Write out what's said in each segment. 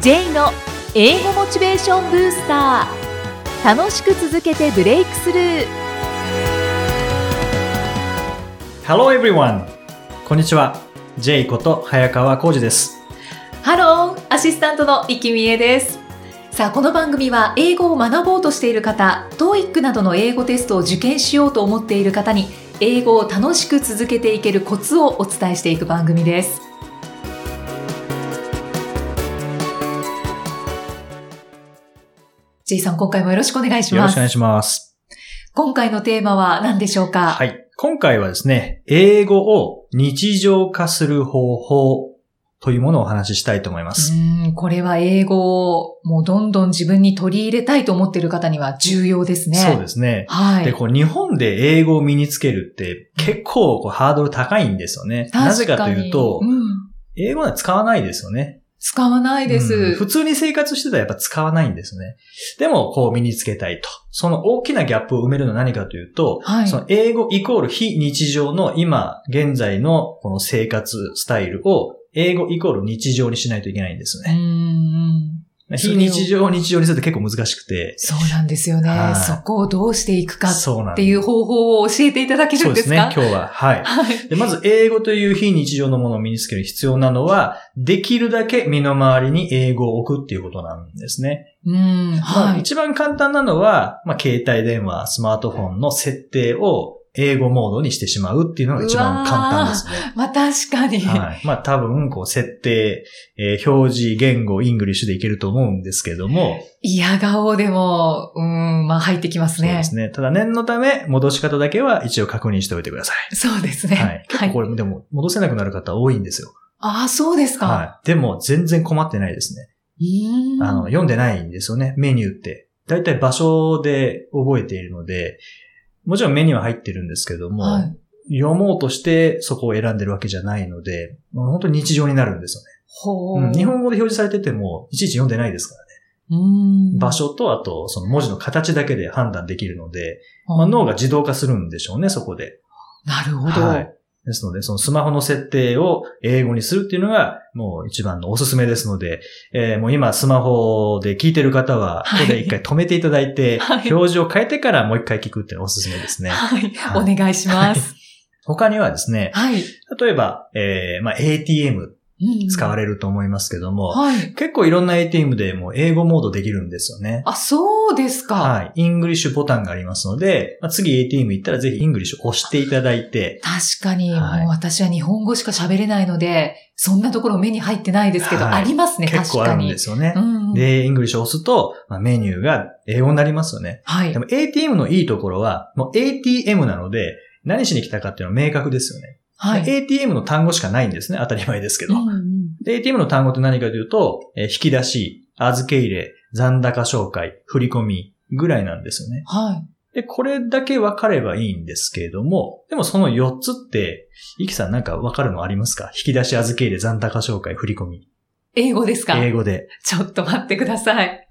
J の英語モチベーションブースター楽しく続けてブレイクスルー Hello everyone! こんにちは。J こと早川浩二です。ハローアシスタントの生きみえですさあこの番組は英語を学ぼうとしている方 TOEIC などの英語テストを受験しようと思っている方に英語を楽しく続けていけるコツをお伝えしていく番組ですジェイさん今回もよろしくお願いしよまろしくすお願いします。今回のテーマは何でしょうかはい。今回はですね、英語を日常化する方法というものをお話ししたいと思います。うーん、これは英語をもうどんどん自分に取り入れたいと思っている方には重要ですね。そうす。ですね。はい。で、こう、日本で英語を身につけるって結構こうハードル高いんですよね。確になぜかというと、うん英語は使わないですよね。使わないです。うん普通に生活してたらやっぱ使わないんですね。でも、こう身につけたいと。その大きなギャップを埋めるのは何かというと、はいその英語イコール非日常の今、現在のこの生活スタイルを、英語イコール日常にしないといけないんですようーね。んそれ非を日常を日常にするって結構難しくて。そうなんですよはね。いそこをどうしていくかっそうなんていう方法を教えていただけるそうんでですすね、か今日は。はい。はい。でまず、英語という非日常のものを身につける必要なのは、できるだけ身の回りに英語を置くっていうことなんですね。うん、まはあ、い。一番簡単なのは、まあ、携帯電話、スマートフォンの設定を英語モードにしてしまうっていうのが一番簡単ですね。まあ確かに。はい。まあ多分、こう、設定、えー表示、言語、イングリッシュでいけると思うんですけども、嫌顔でも、うん、まあ入ってきますそうでね。すね。ただ念のため、戻し方だけは一応確認しておいてくださそうですい。ね。はい。結構これ、でも、戻せなくなる方多いんですよ。ああ、そうですか。はい。でも、全然困ってないですね。うーんあの、読んでないんですよね、メニューって。だいたい場所で覚えているので、もちろんメニューは入ってるんですけども、はい読もうとしてそこを選んでるわけじゃないので、もう本当に日常になるんですほよね。うん日本語で表示されてても、いちいち読んでないですからね。うん場所と、あと、その文字の形だけで判断できるので、まあ、脳が自動化するんでしょうね、そこで。なるほど。はい。ですので、そのスマホの設定を英語にするっていうのが、もう一番のおすすめですので、えーもう今スマホで聞いてる方は、こはいこで一回止めていただいて、はい表示を変えてからもう一回聞くっていうのがおすすめですね。はいはお願いします。他にはですね、はい。例えば、えーまあ、ATM 使われれると思いますけども、はい。結構いろんな ATM でも英語モードできるんですよね。あ、そうですか。はい。イングリッシュボタンがありますので、まあ、次 ATM 行ったらぜひイングリッシュ押していただいて、確かに、はいもう私は日本語しか喋れないので、そんなところ目に入ってないですけど、はいありますね、結確構あかるんにで。すよね。うんうんで、イングリッシュを押すと、まあ、メニューが英語になりますよね。はいで。も ATM のいいところは、もう ATM なので、何しに来たかっていうのは明確ですよね。はい。で ATM の単語しかないんですね。当たり前ですけど。うんうんで、ATM の単語って何かというと、えー引き出し、預け入れ、残高紹介、振り込みぐらいなんですよね。はい。で、これだけ分かればいいんですけれども、でもその4つって、イキさんなんか分かるのありますか引き出し、預け入れ、残高紹介、振り込み。英語ですか英語で。ちょっと待ってください。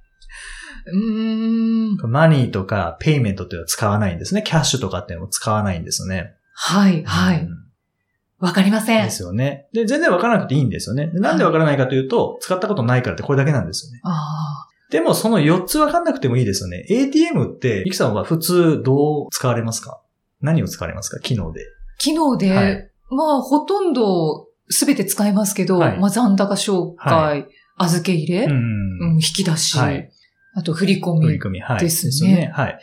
うーん。マニーとかペイメントっていうのは使わないんですね。キャッシュとかっていうのも使わないんですよね。はい、はういん。わかりませでん。すよね。で、全然わからなくていいんですよね。でなんでわからないかというと、使ったことないからってこれだけなんですよね。あでもその4つわかんなくてもいいですよね。ATM って、ゆきさんは普通どう使われますか何を使われますか機能で。ー昨日で、はいまあ、ほとんど全て使いますけど、はいまあ、残高紹介、は預け入れ、ううんん。引き出し、はいあと振り込み。振り込み。はい。ですねよはい。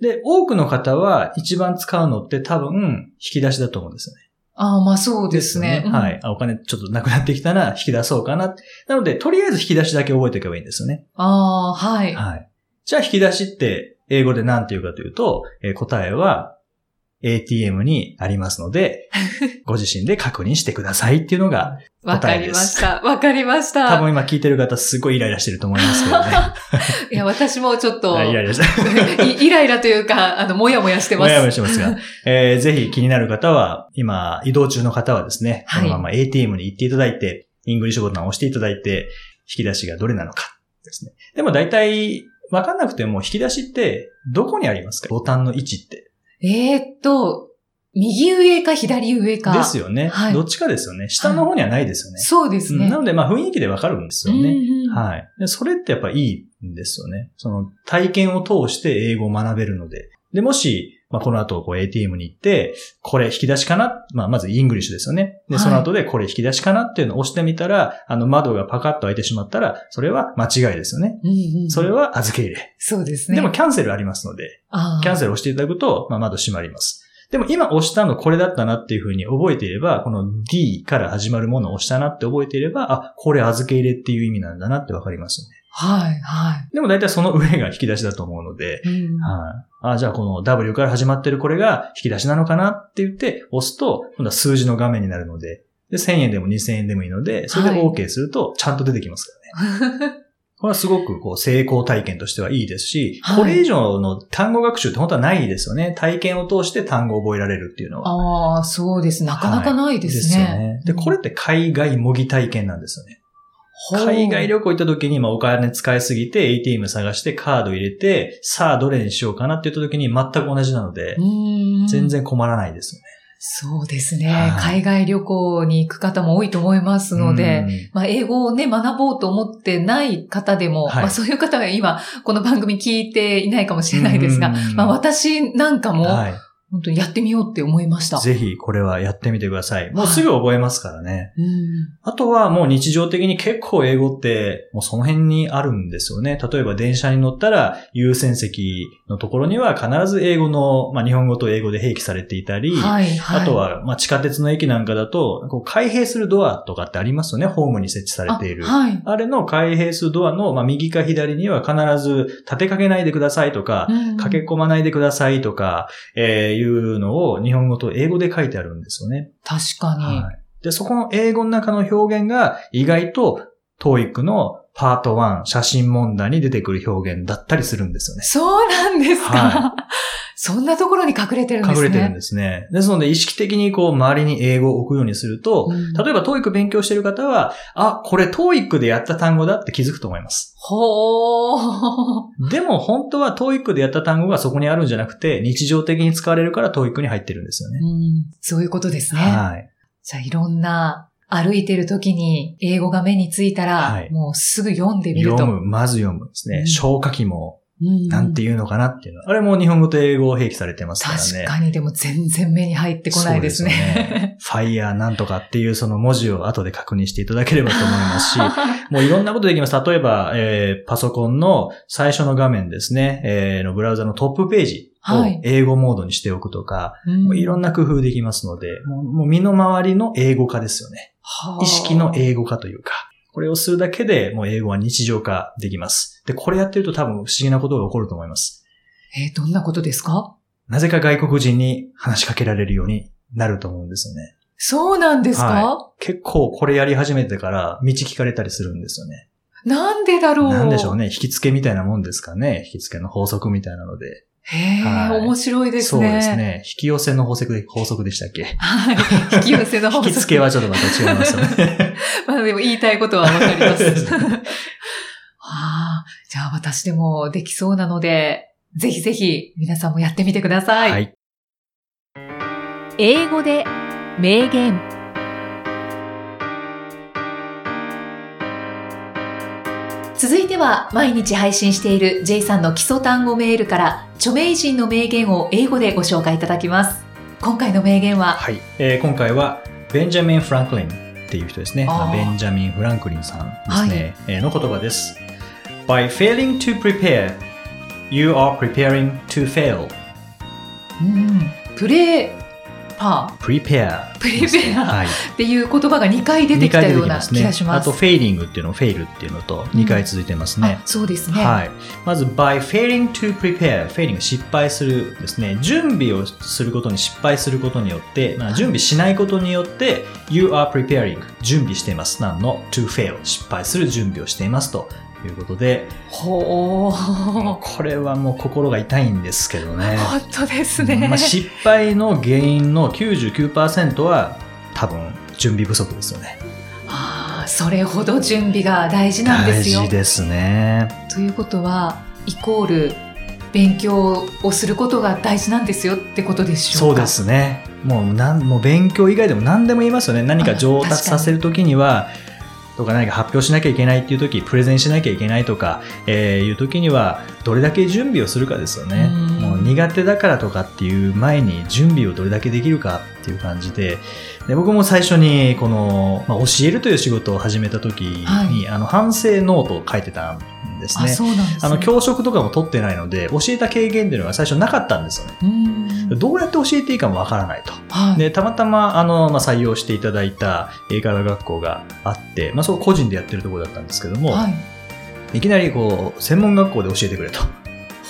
で、多くの方は一番使うのって多分引き出しだと思うんですよねああ、まあそうですね。うんはい。あお金ちょっとなくなってきたら引き出そうかな。なので、とりあえず引き出しだけ覚えておけばいいんですよね。ああ、はい。はい。じゃあ引き出しって英語で何て言うかというと、えー答えは ATM にあります ので、ご自身で確認してくださいっていうのが、わかりました。わかりまし多た。分今聞いてる方すごいイライラしてると思いますけどね。 いや、私もちょっと、はいイライラして。 いイライラというか、あの、もやもやしてまもす。やもやしてま すが、えーぜひ気になる方は、今、移動中の方はですね、はいこのまま ATM に行っていただいて、イングリッシュボタンを押していただいて、引き出しがどれなのかですね。でも大体、わかんなくても、引き出しって、どこにありますかボタンの位置って。えーっと、右上か左上か。ですよね、はいどっちかですよね。下の方にはないですよね。そうですうね。んなので、まあ雰囲気でわかるんですようんうね。んはい。でそれってやっぱいいんですよね。その体験を通して英語を学べるので。で、もし、まあ、この後、こう ATM に行って、これ引き出しかなまあ、まずイングリッシュですよね。はで、いその後でこれ引き出しかなっていうのを押してみたら、あの窓がパカッと開いてしまったら、それは間違いですよね。うんうんそれは預け入れ。そうですね。でもキャンセルありますので、あー、キャンセルを押していただくと、まあ、窓閉まります。でも今押したのこれだったなっていうふうに覚えていれば、この D から始まるものを押したなって覚えていれば、あ、これ預け入れっていう意味なんだなってわかりますよね。はい、はい。でも大体その上が引き出しだと思うので、うんはい。あ、じゃあこの W から始まってるこれが引き出しなのかなって言って押すと、今度は数字の画面になるので、で、1000円でも2000円でもいいので、それではい OK するとちゃんと出てきますからね。これはすごくこう成功体験としてはいいですし、はいこれ以上の単語学習って本当はないですよね。体験を通して単語を覚えられるっていうのは。ああ、そうです。なかなかないですよね。で、これって海外模擬体験なんですよね。海外旅行行った時に、まあ、お金使いすぎて ATM 探してカード入れて、さあどれにしようかなって言った時に全く同じなので、行全。然困らないですそうですね、は海い外旅行に行く方も多いと思いますよね。ので、うんまあ、英語をね、学ぼうと思ってない方でも、はいまあ、そういう方が今、この番組聞いていないかもしれないですが、、まあ、私なんかも、はい、本当にやってみようって思いました。ぜひこれはやってみてください。もうすぐ覚えますからね。うんあとはもう日常的に結構英語って、もうその辺にあるんですよね。例えば電車に乗ったら優先席のところには必ず英語の、まあ、日本語と英語で併記されていたり、はい、はい。あとは、まあ、地下鉄の駅なんかだと、こう開閉するドアとかってありますよね、ホームに設置されている。あはい。あれの開閉するドアの、まあ、右か左には必ず立てかけないでくださいとか、うん駆け込まないでくださいとか、えーいうのを日本語と英語で書いてあるんですよね。確かに。はい。で、そこの英語の中の表現が意外と TOEIC のパート1、写真問題に出てくる表現だったりするんですよね。そうなんですか、は そんなところに隠れてるんです隠ね。れてるんですね。ですので、意識的にこう、周りに英語を置くようにすると、うん例えば、トーイック勉強してる方は、あ、これトーイックでやった単語だって気づくと思います。ほー。でも、本当はトーイックでやった単語がそこにあるんじゃなくて、日常的に使われるからトーイックに入ってるんですよね。うん、そういうことですね。はい。じゃあいろんな歩いてる時に英語が目についたら、はいもうすぐ読んでみると。読む、まず読むですうねん。消化器うも、んなんていうのかなっていうの。あれも日本語と英語を併記されてますから確ね。かにでも全然目に入ってこないですそうね。よね。ファイヤーなんとかっていうその文字を後で確認していただければと思い ますし、もういろんなことできます。例えば、えーパソコンの最初の画面ですね、えーのブラウザのトップページはいを英語モードにしておくとか、もういろんなな工夫できますので、もうもう身の回りの英語化ですよね。意識の語。英語化というか、これをするだけでもう英語は日常化できます。で、これやってると多分不思議なことが起こると思います。えーどんなことですかなぜか外国人に話しかけられるようになると思うんですよね。そうなんですか、は結構これやり始めてから道聞かれたりするんですよね。なんでだろうなんでしょうね。ね。引き付けみたいなもんですかね。引き付けの法則みたいなので。へーはい面白いですそうね。です。ね。引き寄せの法則で、法則でしたっけはい。引き寄せの引法き付けはちょっとまた違いますよ ね。まあでも言いたいことはわかり ます。ああ、じゃあ私でもできそうなので、ぜひぜひ皆さんもやってみてください。はい。英語で名言。続いては毎日配信している J さんの基礎単語メールから著名人の名言を英語でご紹介いただきます。今回の名言は、はい。えー今回は、ベンジャミン・フランクリンっていう人ですね。あーベンジャミン・フランクリンさんですね。えーの言葉です。By failing to prepare, you are preparing to fail. うん、プレーパ Prepare. プリペアはい。ーっていう言葉が2回出てきたような気がしまあす。と、フェイリングっていうの、フェイルっていうのと2回続いてますねあ。そうですね。はい。まず、by failing to prepare。フェイリング失敗するですね。準備をすることに失敗することによって、まあ、準備しないことによって、you are preparing。準備しています。なんの to fail。失敗する準備をしていますということで、ほう。もう本これはもう心が痛いんですけどね。当ですね。まあ、失敗の原因の99%は多分準備不足ですよね。ああ、それほど準備が大事なんですよ大事。ですね。ということは、イコール勉強をすることが大事なんですよってことでしょそううか。ですね。もうなんもう勉強以外でも何でも言いますよね何か上達確かにさせる時にはとか何か発表しなきゃいけないっていう時プレゼンしなきゃいけないとか、えーいう時にはどれだけ準備をするかですようねんもう苦手だからとかっていう前に準備をどれだけできるかっていう感じでで僕も最初にこの、まあ、教えるという仕事を始めた時に、はいあの反省ノートを書いてたんですあねそうなんです、ね、あの教職とかも取ってないので教えた経験っていうのが最初なかったんですよねうんどうやって教えていいかもわからないとはい、でたまたまあの、まあ、採用していただいた英会話学校があって、まあ、そこ個人でやってるところだったんですけども、はい、い、きなりこう専門学校で教えてくれと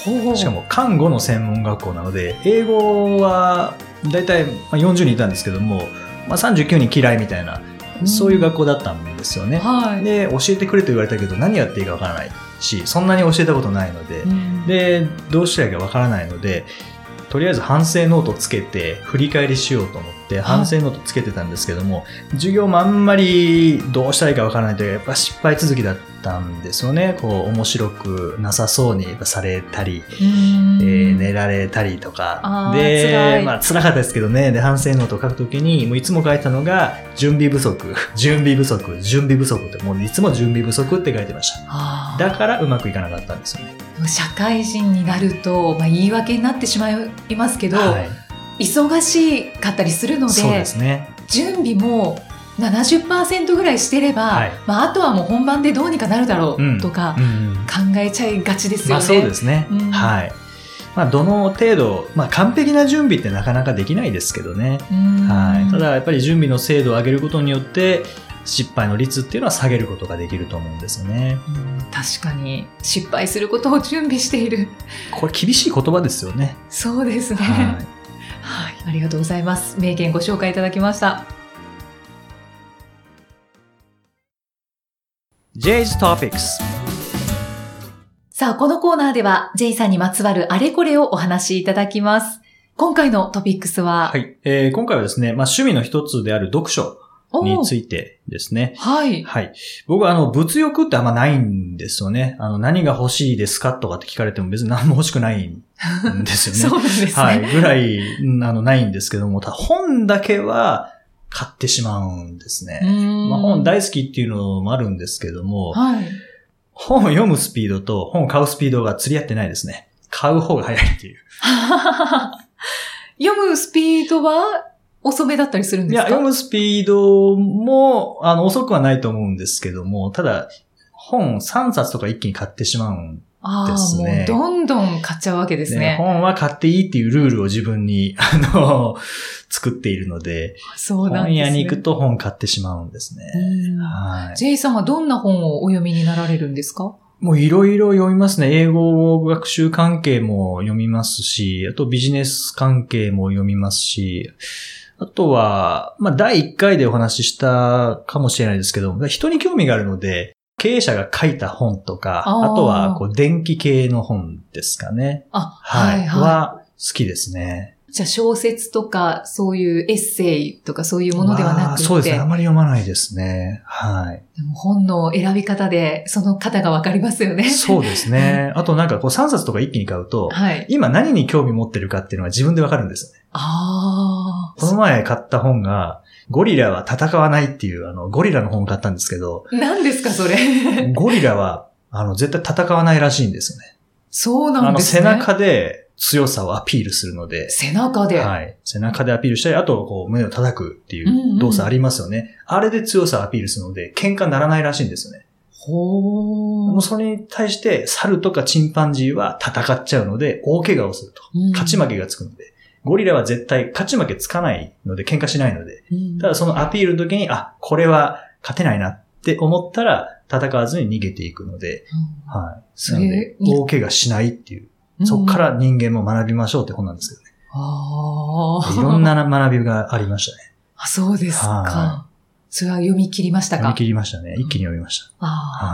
ほうしかも看護の専門学校なので英語は大体まあ40人いたんですけども、まあ、39人嫌いみたいなそういう学校だったんですよね、はい、で教えてくれと言われたけど何やっていいかわからないしそんなに教えたことないので、うんでどうしたらいいかわからないのでとりあえず反省ノートつけて振り返りしようと思って反省ノートつけてたんですけども、授業もあんまりどうしたらいいかわからないというかやっぱ失敗続きだったんですよねこう面白くなさそうにやっぱされたり、うんえー寝られたりとかあー辛でいまあ辛かったですけどねで反省ノートを書くときにもういつも書いてたのが準備不足 準備不足準備不足ってもういつも準備不足って書いてましたあだからうまくいかなかったんですよね。ー社会人になると、まあ、言い訳になってしまいますけど、はい忙しかったりするのでそうですね準備も70%ぐらいしてれば、はいまあ、あとはもう本番でどうにかなるだろうんうとかうん考えちゃいがちですよね。まあそうですね、うんはい、まあ、どの程度、まあ、完璧な準備ってなかなかできないですけどね、うんはい、ただやっぱり準備の精度を上げることによって失敗の率っていうのは下げることができると思うんですよねうん確かに失敗することを準備している これ厳しい言葉ですよね、そうですね、ははいい、ありがとうございます名言ご紹介いただきました J's Topics さあこのコーナーでは J さんにまつわるあれこれをお話しいただきます今回のトピックスは、はい、えー今回はですね、まあ、趣味の一つである読書おーについてですねはいはい。僕は、あの、物欲ってあんまないんですよね。あの、何が欲しいですかとかって聞かれても別に何も欲しくないんです よそね。うなんですね、はい、ぐらい、うんあの、ないんですけども、ただ本だけは買ってしまうんですうね。んまあ、本大好きっていうのもあるんですけども、はい本を読むスピードと本を買うスピードが釣り合ってないですね。買う方が早いっていう。 読むスピードは遅めだったりするんいですや、か読むスピードも、あの、遅くはないと思うんですけども、ただ、本3冊とか一気に買ってしまうんああ、ですねもうどんどん買っちゃうわけでですすね。ね。本は買っていいっていうルールを自分に、 あの、作っているので、そうなん本です、ね。屋に行くと本買ってしまうんですね。うんはい。 J さんはどんな本をお読みになられるんですかもういろいろ読みますね。英語学習関係も読みますし、あとビジネス関係も読みますし、あとは、まあ、第1回でお話ししたかもしれないですけど、人に興味があるので、経営者が書いた本とか、あーあとは、こう、電気系の本ですかね。あ、は。はいい、ははい、好きですね。じゃあ小説とか、そういうエッセイとかそういうものではまなあくて、そうですね。あまり読まないですね。はい。でも本の選び方でその方がわかりますよね。そうですね。あとなんかこう3冊とか一気に買うと、はい。今何に興味持ってるかっていうのが自分でわかるんですよね。あこの前買った本が、ゴリラは戦わないっていう、あの、ゴリラの本を買ったんですけど、あ、なんですかそれ。ゴリラは、あの、絶対戦わないらしいんですよね。そうあなんの、です背ね。。中で強さをアピールするので、背中で。はい。背中でアピールしたり、あと、こう、胸を叩くっていんううんう動作ありますよね。あれで強さをアピールするので、喧嘩にならないらしいんですよね。ほもーうそれに対して、猿とかチンパンジーは戦っちゃうので、大怪我をすると。うん勝ち負けがつくので。ゴリラは絶対勝ち負けつかないので、喧嘩しないので。うんただそのアピールの時に、あ、これは勝てないなって思ったら、戦わずに逃げていくので、うんはい。そなれので、に大怪我しないっていう。そこか。うんら人間も学びましょうって本なんですけああ。どね。いろんな学びがありましたね。あ、そうですはか。それは読み切りました読みか切りましたね。一気に読みました。あ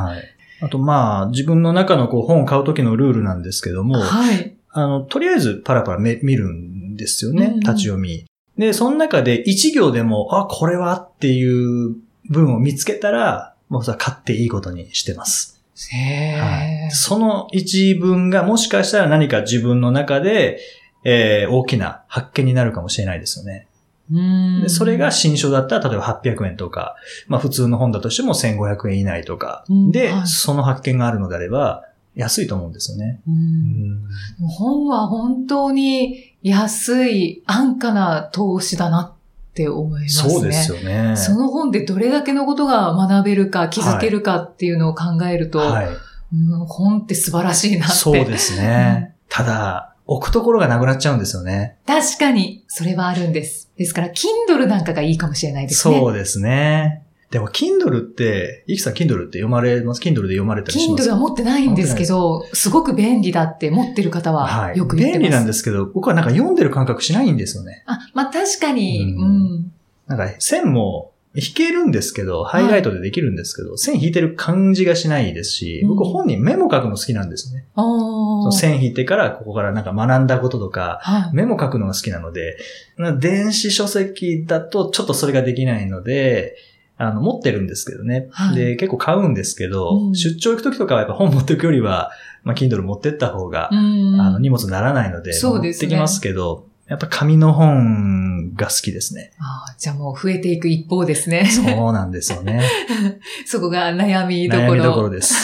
はい。あと、まあ、自分の中のこう本を買う時のルールなんですけどあ。も、はい。あの、とりあえずパラパラめ見るんですよね、うんうん立ち読み。で、その中で一行でも、あ、これはっていう文を見つけたら、もうさ、買っていいことにしてます。へはえい、。その一文がもしかしたら何か自分の中で、えー大きな発見になるかもしれないですよね。うんでそれが新書だったら、例えば800円とか、まあ普通の本だとしても1500円以内とかうん、で、はいその発見があるのであれば、安いと思うんですよね。ううんん本は本当に安い安価な投資だなって思いますね。そうですよね。その本でどれだけのことが学べるか、気づけるかっていうのを考えると、はい。うん本って素晴らしいなって。そうですね。ただ、置くところがなくなっちゃうんですよね。確かに、それはあるんです。ですから、Kindle なんかがいいかもしれないですね。そうですね。でも、Kindle って、いきさん Kindle って読まれます ?Kindle で読まれたりします Kindle は持ってないんですけど、すごく便利だって持ってる方はよく言ってます。便利なんですけど、僕はなんか読んでる感覚しないんですよね。あ、まあ確かに、ううんん。なんか線も引けるんですけど、ハイライトでできるんですけど、線引いてる感じがしないですし、僕うん本人メモ書くの好きなんですね。そおのー線引いてから、ここからなんか学んだこととか、はい。メモ書くのが好きなので、な電子書籍だとちょっとそれができないので、あの、持ってるんですけどね。はいで、結構買うんですけど、うん出張行く時とかはやっぱ本持っていくよりは、まあ、Kindle 持ってった方が、うん。あの、荷物にならないので、そうですね持ってきますけど、やっぱ紙の本が好きですね。あーじゃあもう増えていく一方です ね。そうなんですよね。 そこが悩みどころ。悩みどこ ろです。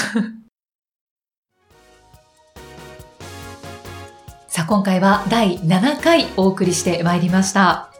さあ今回は第7回お送りしてまいりました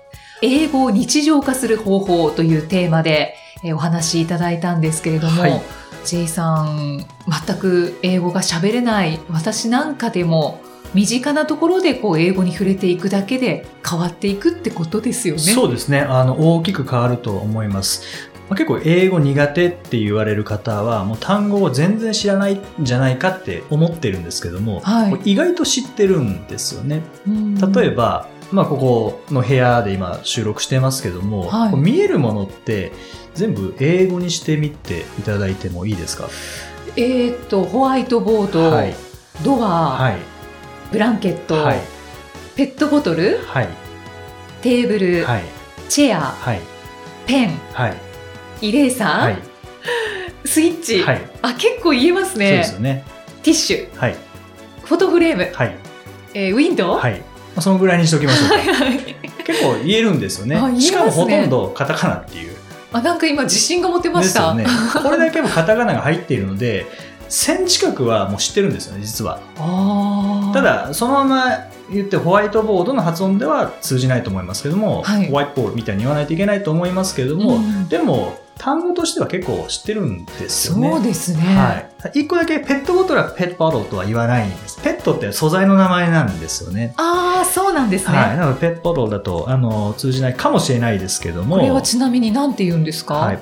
英語を日常化する方法というテーマでえーお話しいただいたんですけれども、はい J さん全く英語が喋れない私なんかでも身近なところでこう英語に触れていくだけで変わっていくってことですよね。そうですね。あの、大きく変わると思います。まあ結構英語苦手って言われる方は、もう単語を全然知らないんじゃないかって思ってるんですけども、はいこれ意外と知ってるんですよね。うん例えば、まあ、ここの部屋で今収録してますけども、はいこう見えるものって全部英語にしてみていただいてもいいですかえーっとホワイトボード、はい。ドア、はい。ブランケット、はい。ペットボトルはい。テーブル、はい。チェアはい。ペンはい。イレーサー、はい。スイッチ、はい。あ結構言えますそうでねすよね。ティッシュはい。フォトフレーム、はい。えーウィンドウ、はい。まあそのぐらいにしておきましょうか。はい 結構言えるんですよねあ言えますねしかもほとんどカタカナっていう。 あなんか今自信が持てまでしすた、よね。 これだけもカタカナが入っているので、1000近くはもう知ってるんですよね、実は。あーただ、そのまま言ってホワイトボードの発音では通じないと思いますけども、はいホワイトボードみたいに言わないといけないと思いますけれども、うんでも、単語としては結構知ってるんですよね。そうですね、はい、1個だけペットボトルはペットボトルとは言わないんです。ペットって素材の名前なんですよね。ああそうなんですね、はい、なのでペットボトルだとあの通じないかもしれないですけどもこれはちなみに何て言うんですか、はい、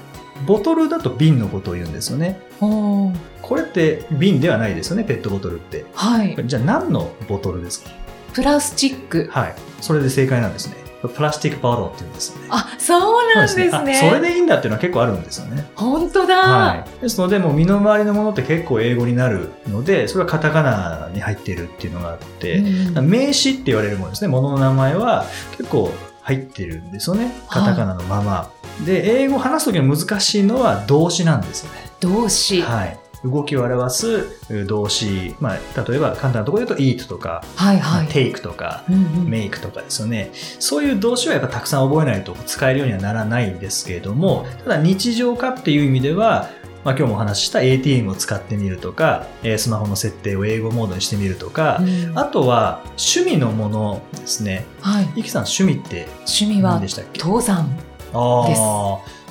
ボトルだと瓶のことを言うんですよねおーこれって瓶ではないですよねペットボトルってはいじゃあ何のボトルですかプラスチックはいそれで正解なんですねプラスティックボトルって言うんですよねあそうなんですねそうあそれでいいんだっていうのは結構あるんですよね。本当だ、はい。ですので、もう身の回りのものって結構英語になるので、それはカタカナに入っているっていうのがあって、うん名詞って言われるものですね。ものの名前は結構入ってるんですよね。カタカナのまま。で、英語を話すときの難しいのは動詞なんですよね。動詞ははい、動きを表す動詞、まあ、例えば簡単なところで言うと eat とか、いはい、 take とか、うんうん make とかですよねそういう動詞はやっぱたくさん覚えないと使えるようにはならないんですけれどもただ日常化っていう意味ではまあ、今日もお話しした ATM を使ってみるとか、えースマホの設定を英語モードにしてみるとか、うんあとは趣味のものですね。はい、イキさん趣味って趣味何はでしたっけ登山ですああ、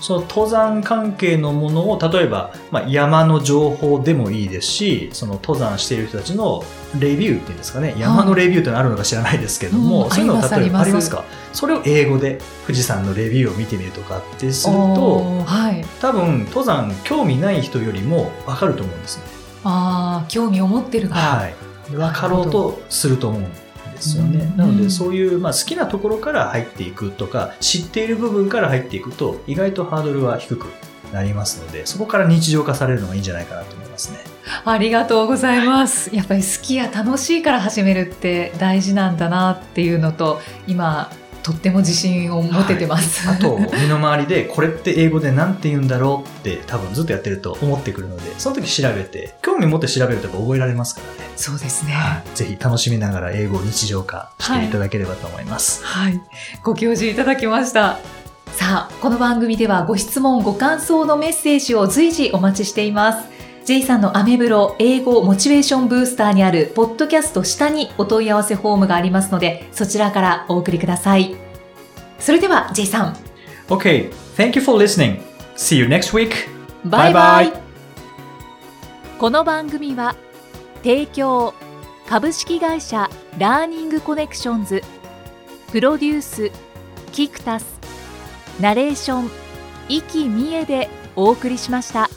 その登山関係のものを例えば、まあ、山の情報でもいいですしその登山している人たちのレビューっていうんですかね山のレビューってのあるのか知らないですけども、うんそういうあのをります例えばあありりまますすかそれを英語で富士山のレビューを見てみるとかってするとおーはい多分登山興味ない人よりも分かると思うんですね。ああ興味を持ってるから、はい、分かろうとすると思うんですよねうん。なのうんでそういう、まあ、好きなところから入っていくとか知っている部分から入っていくと意外とハードルは低くなりますのでそこから日常化されるのがいいんじゃないかなと思いますね。ありがとうございます。やっぱり好きや楽しいから始めるって大事なんだなっていうのと、今、とっても自信を持ててます。あと、身の回りで、これって英語で何て言うんだろうって、多分ずっとやってると思ってくるので、その時調べて、興味持って調べるとやっぱ覚えられますからね。 そうですね。はい、ぜひ楽しみながら英語を日常化していただければと思います。はい、ご教示いただきました。さあ、この番組ではご質問、ご感想のメッセージを随時お待ちしています。J さんのアメブロ英語モチベーションブースターにあるポッドキャスト下にお問い合わせフォームがありますので、そちらからお送りください。それでは J さん、 okay, thank you for listening. See you next week. バイババイイこの番組は提供株式会社ラーニングコネクションズプロデュースキクタスナレーション生きみえでお送りしました。